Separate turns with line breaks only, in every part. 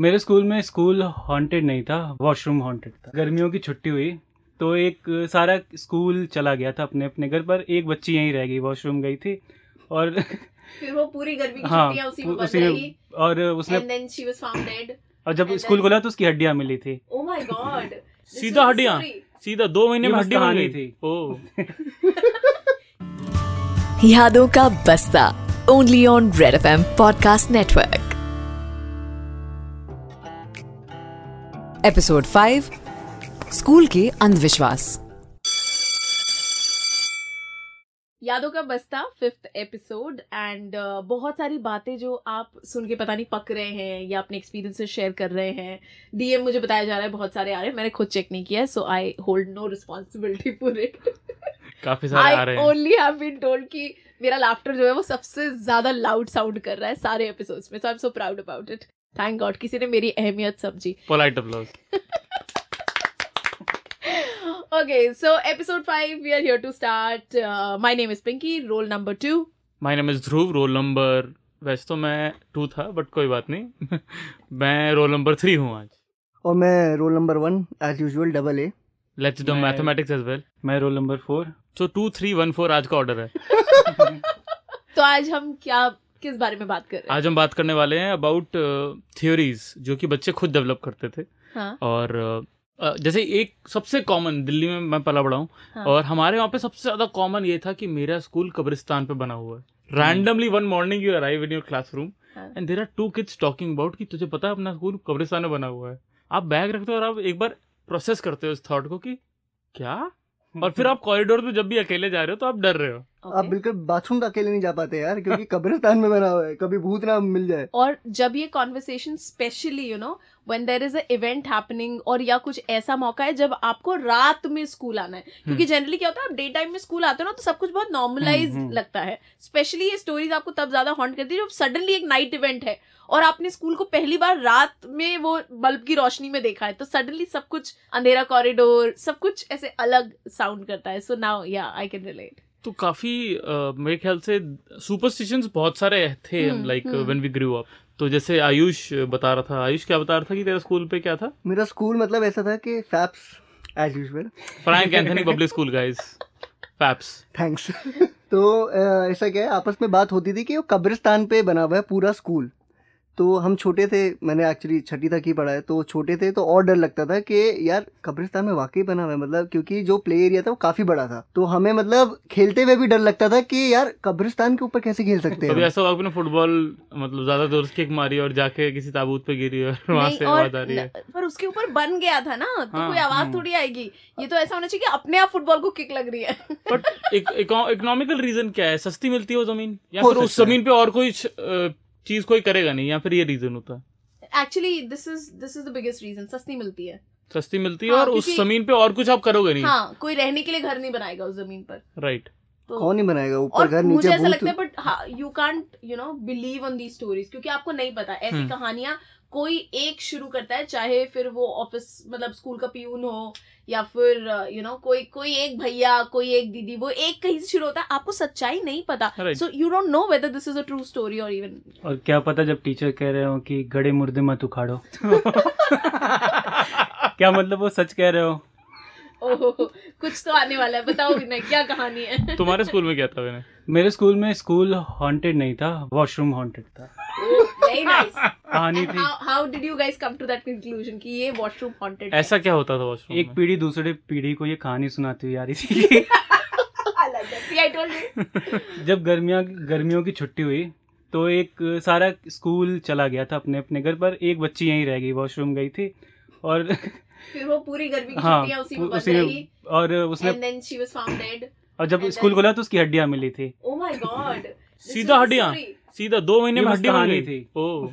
मेरे स्कूल में school haunted नहीं था वॉशरूम हॉन्टेड था गर्मियों की छुट्टी हुई तो एक सारा स्कूल चला गया था अपने अपने घर पर एक बच्ची यहीं रह गई वॉशरूम गई थी और
फिर वो पूरी गर्मी की
हाँ,
छुट्टियां उसी में
पू-
बंद
उसी में-
रही
और उसने
and then she was found dead
और जब
and
स्कूल
then-
खुला तो उसकी हड्डियां मिली थी
ओ माय गॉड
सीधा हड्डियां सीधा दो महीने
ये
में
बस
हड्डी बन
कहानी
गई थी ओ
यादों का बस्ता only on red F M podcast network episode 5 school के अंधविश्वास
यादों का बस्ता फिफ्थ एपिसोड एंड uh, बहुत सारी बातें जो आप सुन के पता नहीं पक रहे हैं या अपने एक्सपीरियंस से शेयर कर रहे हैं डीएम मुझे बताया जा रहा है बहुत सारे आ रहे हैं मैंने खुद चेक नहीं किया है so I hold no responsibility for it
काफी सारे आ
आई
रहे हैं
ओनली हैव बीन टोल्ड कि मेरा लाफ्टर जो है वो सबसे ज्यादा लाउड साउंड कर रहा है सारे एपिसोड्स में so I am so proud about it thank god किसी ने मेरी अहमियत समझी
polite applause
okay, so episode 5, we are here to start. Uh, my name is Pinky, roll number 2.
My name is Dhruv roll number वैसे तो मैं two था but कोई बात नहीं मैं रोल नंबर थ्री हूँ आज
और मैं roll number one as usual double A
let's do
मैं-
मैथमेटिक्स एज वेल
मैं roll number four
so two three one four आज का ऑर्डर है
तो आज हम क्या किस बारे में बात कर रहे हैं
आज हम बात करने वाले हैं अबाउट थ्योरीज जो कि बच्चे खुद डेवलप करते थे
हाँ,
और uh, uh, जैसे एक सबसे कॉमन दिल्ली में मैं पला बड़ा हूँ
हाँ।
और हमारे वहाँ पे सबसे ज्यादा कॉमन ये था कि मेरा स्कूल कब्रिस्तान पे बना हुआ है randomly one morning you arrive in your classroom
हाँ।
And there are two kids talking about कि तुझे पता है अपना स्कूल कब्रिस्तान में बना हुआ है आप बैग रखते हो और आप एक बार प्रोसेस करते हो इस थॉट को कि क्या और फिर आप कॉरिडोर में जब भी अकेले जा रहे हो तो आप डर रहे हो
आप
okay.
बिल्कुल बाथरूम तक अकेले नहीं जा पाते यार क्योंकि कब्रिस्तान में बना हुआ है कभी भूत ना मिल जाए
और जब ये conversation specially you know when there is a event happening और या कुछ ऐसा मौका है जब आपको रात में स्कूल आना है
हम्म।
क्योंकि जनरली क्या होता है आप डे टाइम में स्कूल आते हो ना तो सब कुछ बहुत नॉर्मलाइज
हम्म, हम्म।
लगता है स्पेशली ये स्टोरीज आपको तब ज्यादा हॉन्ट करती है जब सडनली एक नाइट इवेंट है और आपने स्कूल को पहली बार रात में वो बल्ब की रोशनी में देखा है तो सडनली सब कुछ अंधेरा कॉरिडोर सब कुछ ऐसे अलग साउंड करता है so now yeah I can relate
तो काफी अ, मेरे ख्याल से सुपरस्टिशंस बहुत सारे थे
hmm,
like
hmm.
When we grew up तो जैसे आयुष बता रहा था आयुष क्या बता रहा था कि तेरा स्कूल पे क्या था
मेरा स्कूल मतलब ऐसा था कि FAPS as usual
Frank Anthony public school guys FAPS
thanks तो अ, ऐसा क्या है आपस में बात होती थी कि वो कब्रिस्तान पे बना हुआ है पूरा स्कूल तो हम छोटे थे मैंने एक्चुअली छठी तक ही पढ़ा है तो छोटे थे तो और डर लगता था कि यार कब्रिस्तान में वाकई बना हुआ है मतलब क्योंकि जो प्ले एरिया था वो काफ़ी बड़ा था तो हमें मतलब खेलते हुए भी डर लगता था कि यार कब्रिस्तान के ऊपर कैसे खेल सकते
कभी
हैं
ऐसा हुआ आपने फुटबॉल मतलब ज्यादा जोर से किक मारी और जाके किसी ताबूत पे गिरी और वहां
नहीं,
से
और
आवाज आ रही है
न- पर उसके ऊपर बन गया था ना तो
हाँ,
कोई आवाज
हम्म।
थोड़ी आएगी ये तो ऐसा होना चाहिए कि अपने आप फुटबॉल को किक लग रही है
बट इकोनॉमिकल रीजन क्या है सस्ती मिलती है वो जमीन या
हो
फिर उस
सकता है।
जमीन पे और कोई चीज कोई करेगा नहीं या फिर ये रीजन होता है
actually this is this is the biggest reason सस्ती मिलती है
सस्ती मिलती है
हाँ,
और उस
क्योंकि-
जमीन पे और कुछ आप करोगे नहीं
हाँ कोई रहने के लिए घर नहीं बनाएगा उस जमीन पर
राइट
तो
कौन ही बनाएगा ऊपर
और
घर
मुझे
नीचे
ऐसा लगता है हाँ,
भूत
but you can't you know believe on the stories क्योंकि आपको नहीं पता ऐसी
हम्म।
कहानियां कोई एक शुरू करता है चाहे फिर वो ऑफिस मतलब स्कूल का पियून हो या फिर यू नो कोई कोई एक भैया कोई एक दीदी वो एक कहीं से शुरू होता है आपको सच्चाई नहीं पता
right
so you don't know whether this is a true story और इवन
और क्या पता जब टीचर कह रहे हो कि गड़े मुर्दे मत उखाड़ो क्या मतलब वो सच कह रहे हो
ओहो कुछ तो आने वाला है बताओ विनय क्या कहानी है
तुम्हारे स्कूल में क्या था मैंने
मेरे स्कूल में स्कूल हॉन्टेड नहीं था वॉशरूम हॉन्टेड था
वेरी नाइस
कहानी थी
how did you guys come to that conclusion कि ये वॉशरूम हॉन्टेड
ऐसा क्या होता था वॉशरूम
एक
में?
पीढ़ी दूसरे पीढ़ी को ये कहानी सुनाती हुई आ रही थी कि
अलग है सी आई टोल्ड यू
जब गर्मियाँ गर्मियों की छुट्टी हुई तो एक सारा स्कूल चला गया था अपने अपने घर पर एक बच्ची यहीं रह गई वॉशरूम गई थी और
फिर वो पूरी गर्मी की
हाँ
छुट्टियां उसी में बंद
उसी
रही
में और उसने
and then she was found dead
और जब
and
स्कूल
then-
खुला तो उसकी हड्डियां मिली थी
ओ माय गॉड
सीधा हड्डियां सीधा दो महीने
ये
में
बस
हड्डी बन
कहानी
गई
थी।
ओ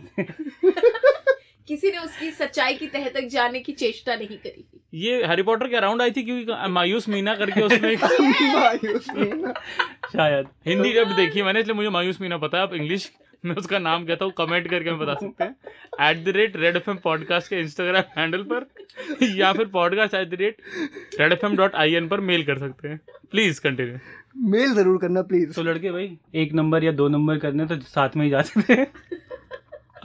किसी ने उसकी सच्चाई की तह तक जाने की चेष्टा नहीं करी
ये हैरी पॉटर के अराउंड आई थी क्योंकि मायूस मीना करके उसमें एक
मायूस में ना।
शायद
हिंदी डब देखी है मैंने इसलिए मुझे मायूस मीना पता है आप इंग्लिश में उसका नाम कहता हूँ कमेंट करके हमें बता सकते हैं at the rate red F M podcast के इंस्टाग्राम हैंडल पर या फिर podcast at the rate red F M dot I N पर मेल कर सकते हैं प्लीज कंटिन्यू
मेल जरूर करना प्लीज
तो लड़के भाई एक नंबर या दो नंबर करने तो साथ में ही जाते थे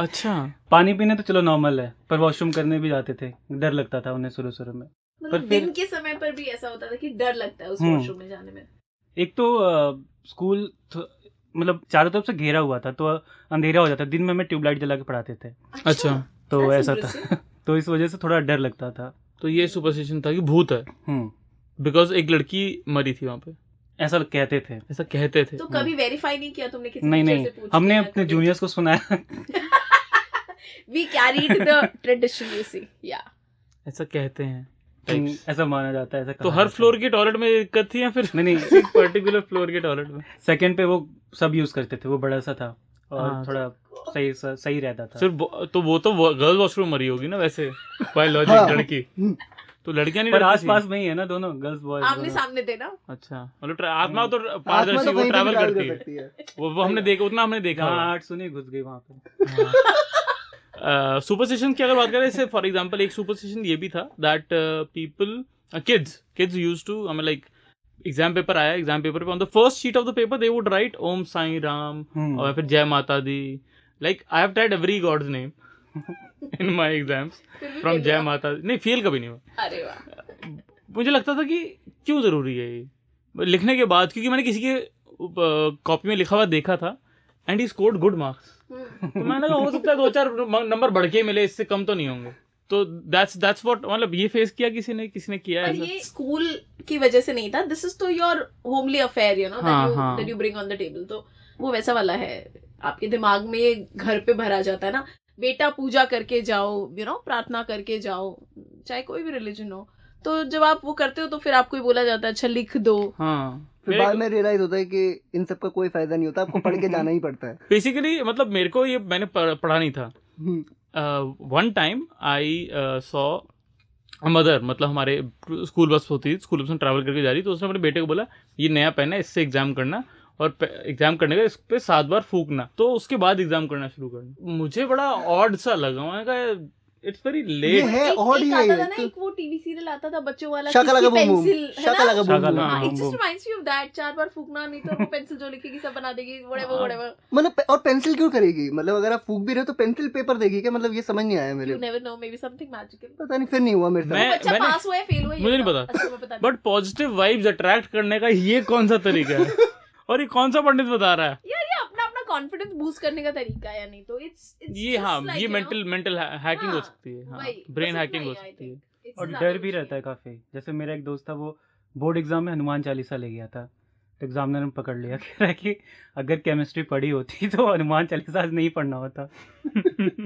अच्छा
पानी पीने तो चलो नॉर्मल है पर वॉशरूम करने भी जाते थे डर लगता था उन्हें शुरू शुरू में
मतलब
पर फिर-
दिन के समय पर भी ऐसा होता था कि डर लगता है उस
हम्म।
वॉशरूम में जाने में
एक तो अ, स्कूल थ- मतलब चारों तरफ से घेरा हुआ था तो अंधेरा हो जाता दिन में हमें ट्यूबलाइट जला के पढ़ाते थे
अच्छा
तो
That's
ऐसा था तो इस वजह से थोड़ा डर लगता था
तो ये सुपरस्टिशन था कि भूत है
हम्म
बिकॉज एक लड़की मरी थी वहाँ पे
ऐसा कहते थे
ऐसा कहते थे
तो कभी वेरीफाई नहीं किया तुमने किसी
हम्म। नहीं
teacher
नहीं
से पूछ
हमने
लिया
अपने
कभी?
जूनियर्स को सुनाया
we carried the tradition you see yeah
ऐसा कहते हैं
हम्म,
Types.
ऐसा माना जाता है हाँ, ऐसा
तो हर फ्लोर के टॉयलेट में ये दिक्कत थी या फिर
नहीं नहीं
एक पर्टिकुलर फ्लोर के टॉयलेट में
सेकंड पे वो सब यूज करते थे वो बड़ा सा था और
हाँ।
थोड़ा सही सही रहता था
सिर्फ वो- तो वो तो गर्ल्स वॉशरूम मरी होगी ना वैसे
हाँ।
बायोलॉजिक लड़की
हम्म।
तो लड़कियां नहीं
पर
डरती
आसपास में ही है ना दोनों गर्ल्स बॉयज
आमने सामने थे ना
थीं? अच्छा मतलब tra- आत्मा तो
आत्मा
पारदर्शी
तो
वो
कहीं पे भी
ट्रैवल
travel
करती
कर
है
सकती है
वो वो हमने देखा उतना हमने देखा
जहाँ आठ सुनी घुस गई वहाँ पे
सुपरस्टिशन की अगर बात करें जैसे फॉर एग्जांपल एक सुपरस्टिशन ये भी था uh, that people kids kids use to I mean like exam paper आया एग्जाम पेपर पे on the first sheet of the paper they would write Om Sai Ram
hmm,
और फिर जय माता दी like I have tried every god's name in my exams
फिर भी
from
fail
जय
हुआ।
माता दी नहीं फेल कभी नहीं हुआ
अरे वाह
मुझे लगता था कि क्यों ज़रूरी है ये लिखने के बाद क्योंकि मैंने किसी के अ, कॉपी में लिखा हुआ देखा था and he scored good marks
hmm,
तो मैंने कहा हो सकता है दो चार म- नंबर बढ़ के मिले इससे कम तो नहीं होंगे तो दैट्स दैट्स व्हाट मतलब ये फेस किया किसी ने किसी ने किया
पर
ऐसा
ये स्कूल की वजह से नहीं था दिस इज तो your homely affair you know
हाँ,
दैट यू
हाँ।
That you bring on the table तो वो वैसा वाला है आपके दिमाग में ये घर पे भरा जाता है ना बेटा पूजा करके जाओ यू नो प्रार्थना करके जाओ चाहे कोई भी रिलीजन हो तो जब आप वो करते हो तो फिर आपको ये बोला जाता है अच्छा लिख दो
हाँ
फिर बाद में रियलाइज होता है कि इन सब का कोई फायदा नहीं होता आपको पढ़ के जाना ही पड़ता है
बेसिकली मतलब मेरे को ये मैंने पढ़- पढ़ा नहीं था Uh,
हम्म,
one time I saw mother मतलब हमारे स्कूल बस होती थी स्कूल बस में ट्रैवल करके जा रही तो उसने अपने बेटे को बोला ये नया पेन है इससे एग्जाम करना और एग्जाम करने का इस पे सात बार फूकना तो उसके बाद एग्जाम करना शुरू करना मुझे बड़ा ऑड सा लगा मैंने कहा इट्स वेरी
ये
लेट
है
एक-
और
एक
ये
आता था
है
ना
तो-
एक वो टीवी सीरियल आता था बच्चों वाला
शाका लगा
किसकी
बूम बूम
पेंसिल है
शाका
ना?
लगा बूम
शाका
बूम
लगा
हाँ,
boom
it just
boom.
reminds me of that. चार बार फूकना नहीं तो वो पेंसिल जो लिखेगी सब बना देगी whatever,
हाँ।
whatever.
मतलब पे- और पेंसिल क्यों करेगी मतलब अगर आप फूक भी रहे हो तो पेंसिल पेपर देगी क्या मतलब ये समझ नहीं आया मेरे
You
को।
never know, maybe something magical.
पता नहीं फिर नहीं हुआ मेरे
मैं-
साथ
बच्चा
मैंने-
pass हुआ है, fail हुआ है, ये
मुझे नहीं
बताओ।
पता।
अच्छा, मैं बताती हूँ।
बट पॉजिटिव वाइब्स अट्रैक्ट करने का ये कौन सा तरीका है और ये कौन सा पंडित बता रहा है
यार, ये अपना- अपना confidence boost करने का तरीका है, या नहीं तो it's- it's
ये
just
हाँ
like,
ये
you know,
mental mental hacking हो
हाँ,
सकती है हाँ
वही,
ब्रेन
बस
हैकिंग
इतना
हो
ही है, I
सकती है
think. It's
और
ज्यादा
डर भी
कुछ
रहता है
नहीं
काफी जैसे मेरा एक दोस्त था वो बोर्ड एग्जाम में हनुमान चालीसा ले गया था तो एग्जामिनर ने पकड़ लिया कह रहा है कि अगर केमिस्ट्री पढ़ी होती तो हनुमान चालीसा आज नहीं पढ़ना होता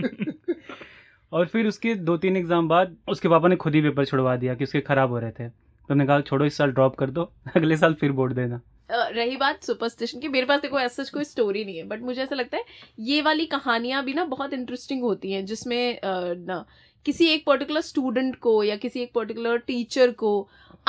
और फिर उसके दो तीन एग्जाम बाद उसके पापा ने खुद ही पेपर छुड़वा दिया कि उसके खराब हो रहे थे तो हमने कहा छोड़ो इस साल ड्रॉप कर दो अगले साल फिर बोर्ड देना
अ, रही बात सुपरस्टिशन की मेरे पास देखो ऐसा कोई स्टोरी नहीं है बट मुझे ऐसा लगता है ये वाली कहानियां भी ना बहुत इंटरेस्टिंग होती हैं जिसमें अ, ना किसी एक पर्टिकुलर स्टूडेंट को या किसी एक पर्टिकुलर टीचर को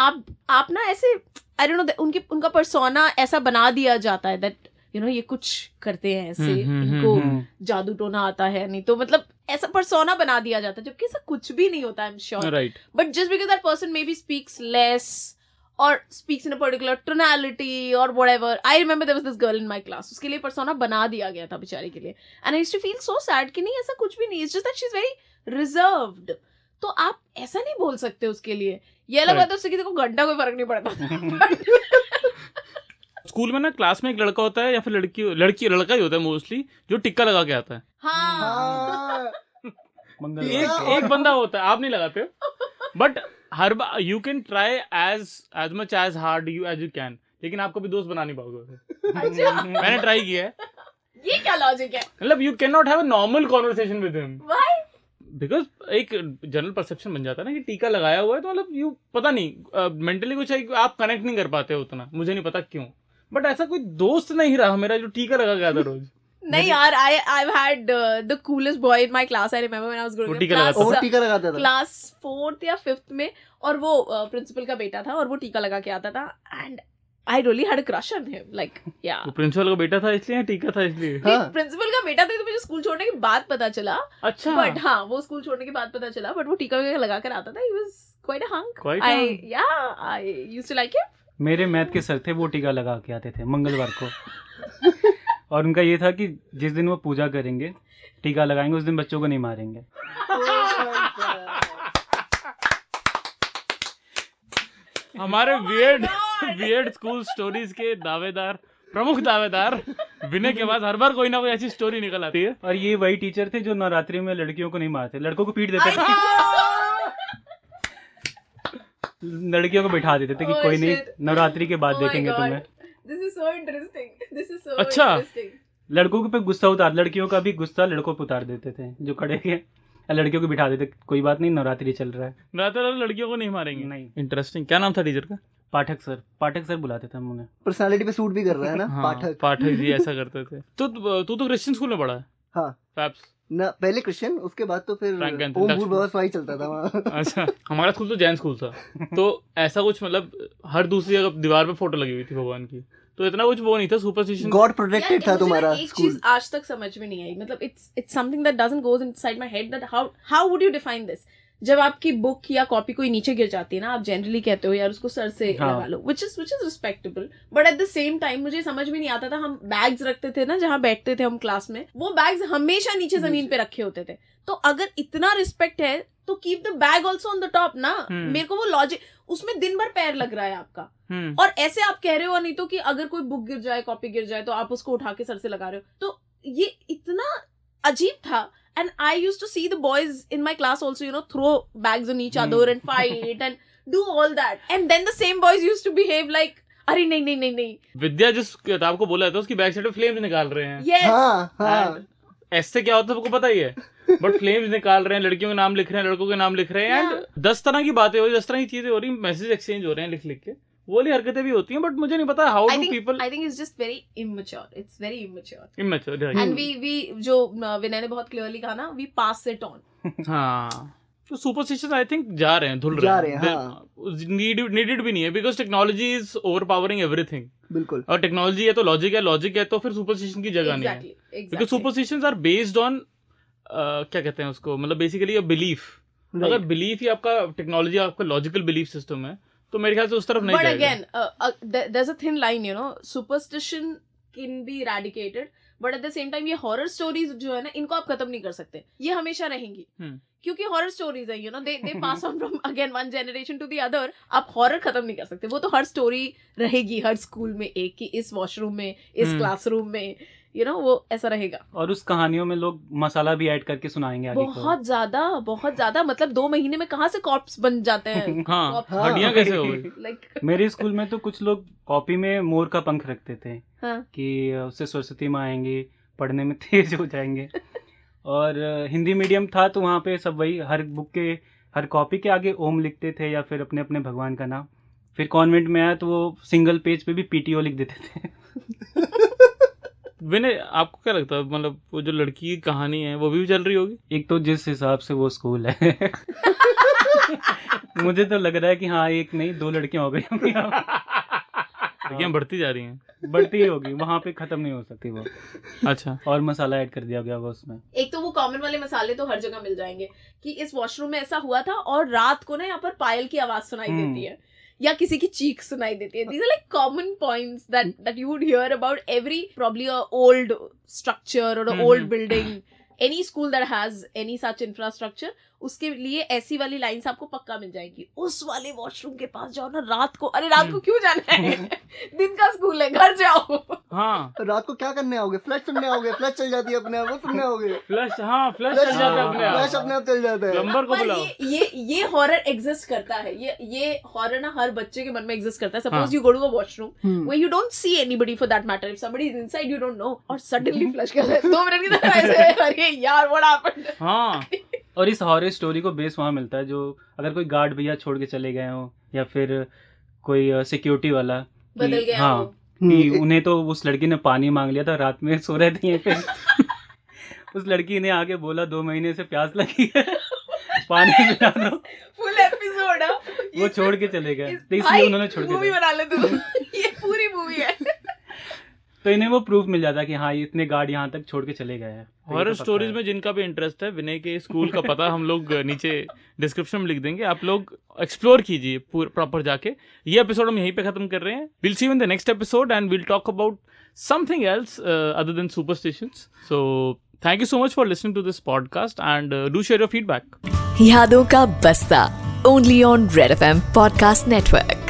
आप आप ना ऐसे आई डोंट नो उनके उनका पर्सोना ऐसा बना दिया जाता है दैट यू नो ये कुछ करते हैं ऐसे
हम्म, हम्म,
इनको
हम्म।
जादू टोना आता है नहीं तो मतलब ऐसा पर्सोना बना दिया जाता है जबकि ऐसा कुछ भी नहीं होता I am sure
right
but just because that person maybe speaks less or speaks in a particular tonality or whatever i remember there was this girl in my class uske liye persona bana diya gaya tha बेचारी के लिए and i used to feel so sad कि नहीं ऐसा कुछ भी नहीं it's just that she's very reserved तो आप ऐसा नहीं बोल सकते उसके लिए ये लगा
Right.
तो उससे किसी को घंटा कोई फर्क नहीं पड़ता
स्कूल में ना क्लास में एक लड़का होता है या फिर लड़की लड़की लड़का ही होता है मोस्टली जो टिक्का लगा के आता है
हाँ
हाँ,
मंगलवार
हाँ,
एक
को।
एक बंदा होता है आप नहीं लगाते हो बट हर बार you can try as as much as hard you as you can लेकिन आप कभी दोस्त बना नहीं पाओगे
अच्छा
मैंने ट्राई किया है
ये क्या लॉजिक है
मतलब you can not have a normal conversation with him
Why?
Because एक जनरल परसेप्शन बन जाता है ना कि टीका लगाया हुआ है तो मतलब यू पता नहीं मेंटली कुछ है कि आप कनेक्ट नहीं कर पाते हो उतना मुझे नहीं पता क्यों बट ऐसा कोई दोस्त नहीं रहा मेरा जो टीका लगा गया था रोज
नहीं यार I I had the coolest boy in my class I remember when I was
वो
ग्रोइंग
टीका लगाता
क्लास
वो टीका लगाता था
क्लास फोर्थ या फिफ्थ में और वो प्रिंसिपल का बेटा था और वो टीका लगा के आता था and I really had crush on him like या
वो प्रिंसिपल का बेटा था इसलिए या टीका था इसलिए
हाँ
प्रिंसिपल का बेटा था ये तो मुझे स्कूल छोड़ने के बाद पता चला
अच्छा
बट हाँ वो स्कूल छोड़ने के बाद पता चला बट वो टीका वगैरह लगा कर आता था he was quite a hunk
Quite a
I
hunk.
या I used to like him
मेरे मैथ के सर थे वो टीका लगा के आते थे मंगलवार को और उनका ये था कि जिस दिन वो पूजा करेंगे टीका लगाएंगे उस दिन बच्चों को नहीं मारेंगे
Oh
हमारे वियर्ड वियर्ड स्कूल स्टोरीज के दावेदार प्रमुख दावेदार विनय के बाद हर बार कोई ना कोई ऐसी स्टोरी निकल आती है
और ये वही टीचर थे जो नवरात्रि में लड़कियों को नहीं मारते लड़कों को पीट देते थे लड़कियों को बिठा देते थे कि
Oh,
कोई नहीं
shit.
नवरात्रि के बाद
Oh my
देखेंगे
God.
तुम्हें
This is so interesting. This is so
अच्छा।
interesting.
लड़कों के पे गुस्सा उतार लड़कियों का भी गुस्सा लड़कों पे उतार देते थे जो खड़े थे लड़कियों को बिठा देते कोई बात नहीं नवरात्रि चल रहा है
रात रात लड़कियों को नहीं मारेंगे
नहीं
इंटरेस्टिंग क्या नाम था टीचर का
पाठक सर पाठक सर बुलाते थे हम उन्हें
पर्सनालिटी पे सूट भी कर रहा है ना
हाँ,
पाठक
पाठक जी ऐसा करते थे तो तू तू तो क्रिश्चियन स्कूल में पढ़ा है
हाँ।
Perhaps.
ना पहले क्रिश्चियन उसके बाद तो फिर
Frank and
ओम
Dutch-
भूल वही चलता था वहाँ
अच्छा हमारा स्कूल तो जैन स्कूल था तो ऐसा कुछ मतलब हर दूसरी जगह दीवार पे फोटो लगी हुई थी भगवान की तो इतना कुछ वो नहीं था सुपरस्टिशन
गॉड
यार,
प्रोटेक्टेड था
मुझे
तुम्हारा
ना एक
स्कूल
चीज आज तक समझ में नहीं आई मतलब it's it's something that doesn't goes inside my head that how how would you define this जब आपकी बुक या कॉपी कोई नीचे गिर जाती है ना आप जनरली कहते हो यार उसको सर से
हाँ।
लगा लो which is which is respectable but at the same time मुझे समझ में नहीं आता था हम बैग्स रखते थे ना जहाँ बैठते थे हम क्लास में वो बैग्स हमेशा नीचे जमीन पे रखे होते थे तो अगर इतना रिस्पेक्ट है तो keep the bag also on the top ना
हम्म।
मेरे को वो लॉजिक उसमें दिन भर पैर लग रहा है आपका
हम्म,
और ऐसे आप कह रहे हो नहीं तो कि अगर कोई बुक गिर जाए कॉपी गिर जाए तो आप उसको उठा के सर से लगा रहे हो तो ये इतना अजीब था and I use to see the boys in my class also you know throw bags on each other
Hmm.
And fight and do all that and then the same boys use to behave like अरे नहीं नहीं नहीं नहीं
विद्या जिस किताब को बोला था उसकी बैक साइड पे फ्लेम्स निकाल रहे हैं
यस
हाँ हाँ
And ऐसे क्या होता है सबको पता ही है बट फ्लेम्स निकाल रहे हैं लड़कियों के नाम लिख रहे हैं लड़कों के नाम लिख रहे हैं एंड दस तरह की बातें हो रही दस तरह की चीजें हो रही मैसेज एक्सचेंज हो रहे हैं लिख लिख के वो वाली हरकतें भी होती हैं बट मुझे नहीं पता how
I
do
think
people
I think it's just very immature it's very immature
immature
and we we जो uh, विनय ने बहुत क्लियरली कहा ना वी पास इट ऑन
हाँ तो सुपरस्टिशन आई थिंक जा रहे हैं धुल
जा
रहे
रहे हैं, हाँ।
नीडेड भी नहीं है because technology is over powering everything
बिल्कुल
और टेक्नोलॉजी है तो लॉजिक है लॉजिक है तो फिर सुपरस्टिशन की जगह नहीं है
exactly
because
exactly
superstition are based on uh, क्या कहते हैं उसको मतलब बेसिकली बिलीफ अगर
Right.
बिलीफ ही आपका टेक्नोलॉजी आपका लॉजिकल बिलीफ सिस्टम है तो मेरे ख्याल से उस तरफ नहीं
but
जाएगा
again uh, uh, th- there's a thin line you know superstition can be eradicated but at the same time ये horror stories जो है ना इनको आप खत्म नहीं कर सकते ये हमेशा रहेंगी
हम्म।
क्योंकि हॉरर स्टोरीज है you know they they pass on from again one generation to the other आप हॉरर खत्म नहीं कर सकते वो तो हर स्टोरी रहेगी हर स्कूल में एक कि इस वॉशरूम में इस
हम्म।
क्लासरूम में यू you नो know, वो ऐसा रहेगा
और उस कहानियों में लोग मसाला भी ऐड करके सुनाएंगे आगे को।
बहुत ज्यादा बहुत ज्यादा मतलब दो महीने में कहाँ से कॉप्स बन जाते हैं
हाँ
हाँ।
हड्डियां कैसे हो गई
लाइक
मेरे स्कूल में तो कुछ लोग कॉपी में मोर का पंख रखते थे
हाँ।
कि अ, उससे सरस्वती माँ आएंगी पढ़ने में तेज हो जाएंगे और अ, हिंदी मीडियम था तो वहाँ पे सब वही हर बुक के हर कॉपी के आगे ओम लिखते थे या फिर अपने अपने भगवान का नाम फिर कॉन्वेंट में आया तो वो सिंगल पेज पे भी पीटीओ लिख देते थे
विनय आपको क्या लगता है मतलब वो जो लड़की की कहानी है वो भी चल रही होगी
एक तो जिस हिसाब से वो स्कूल है मुझे तो लग रहा है कि हाँ एक नहीं दो लड़कियां हो गई होंगी यहाँ। हाँ।
लड़कियां बढ़ती जा रही हैं
बढ़ती ही होगी वहाँ पे खत्म नहीं हो सकती वो
अच्छा
और मसाला ऐड कर दिया गया होगा उसमें
एक तो वो कॉमन वाले मसाले तो हर जगह मिल जाएंगे कि इस वॉशरूम में ऐसा हुआ था और रात को ना यहाँ पर पायल की आवाज सुनाई
हम्म।
देती है या किसी की चीख सुनाई देती है these are like common points that that you would hear about every probably a old structure और
hmm,
old
hmm.
Building any school that has any such infrastructure उसके लिए ऐसी वाली लाइंस आपको पक्का मिल जाएगी उस वाले वॉशरूम के पास जाओ ना रात को अरे रात को
हम्म।
क्यों जाना है दिन का स्कूल है घर जाओ
हाँ
तो रात को क्या करने आओगे फ्लैश सुनने आओगे फ्लैश चल जाती है अपने आप वो सुनने आओगे
फ्लश हाँ फ्लश
फ्लैश
चल जाता है अपने
फ्लैश अपने
आप
आप चल जाता है
प्लम्बर को
पर
बुलाओ
ये ये ये हॉरर एग्जिस्ट करता है ये ये हॉरर ना हर बच्चे के मन में एग्जिस्ट करता है
हाँ।
Suppose you go to a washroom
hmm.
where you don't see anybody for that matter. If somebody is inside, you don't know. और suddenly flush कर दे दो मिनट की तरह ऐसे अरे यार what happened?
हाँ
और इस हॉरर स्टोरी को बेस वहाँ मिलता है जो अगर कोई गार्ड भैया छोड़ के चले गए हो या फिर कोई सिक्योरिटी वाला कि-
बदल गया
हाँ
वो।
कि
हम्म,
उन्हें तो उस लड़की ने पानी मांग लिया था रात में सो रहे थे यहीं पे उस लड़की ने आगे बोला दो महीने से प्यास लगी है पानी पिला दो
Full episode है।
वो
ये
छोड़ के चले गए
इस-
तो इसलिए
भाई,
उन्होंने छोड़ के
movie
दिया।
बना ले तू ये पूरी मूवी है
तो इन्हें वो प्रूफ मिल जाता है कि हाँ ये इतने गार्ड यहाँ तक छोड़ के चले गए हैं तो ये
हॉरर
तो पक्का
स्टोरीज
है।
में जिनका भी इंटरेस्ट है विनय के स्कूल का पता हम लोग नीचे डिस्क्रिप्शन में लिख देंगे आप लोग एक्सप्लोर कीजिए प्रॉपर जाके ये एपिसोड हम यहीं पे खत्म कर रहे हैं will see in the next episode and will talk about something else other than superstitions so Thank you so much for listening to this podcast and uh, do share your feedback.
यादों का बस्ता only on red F M podcast network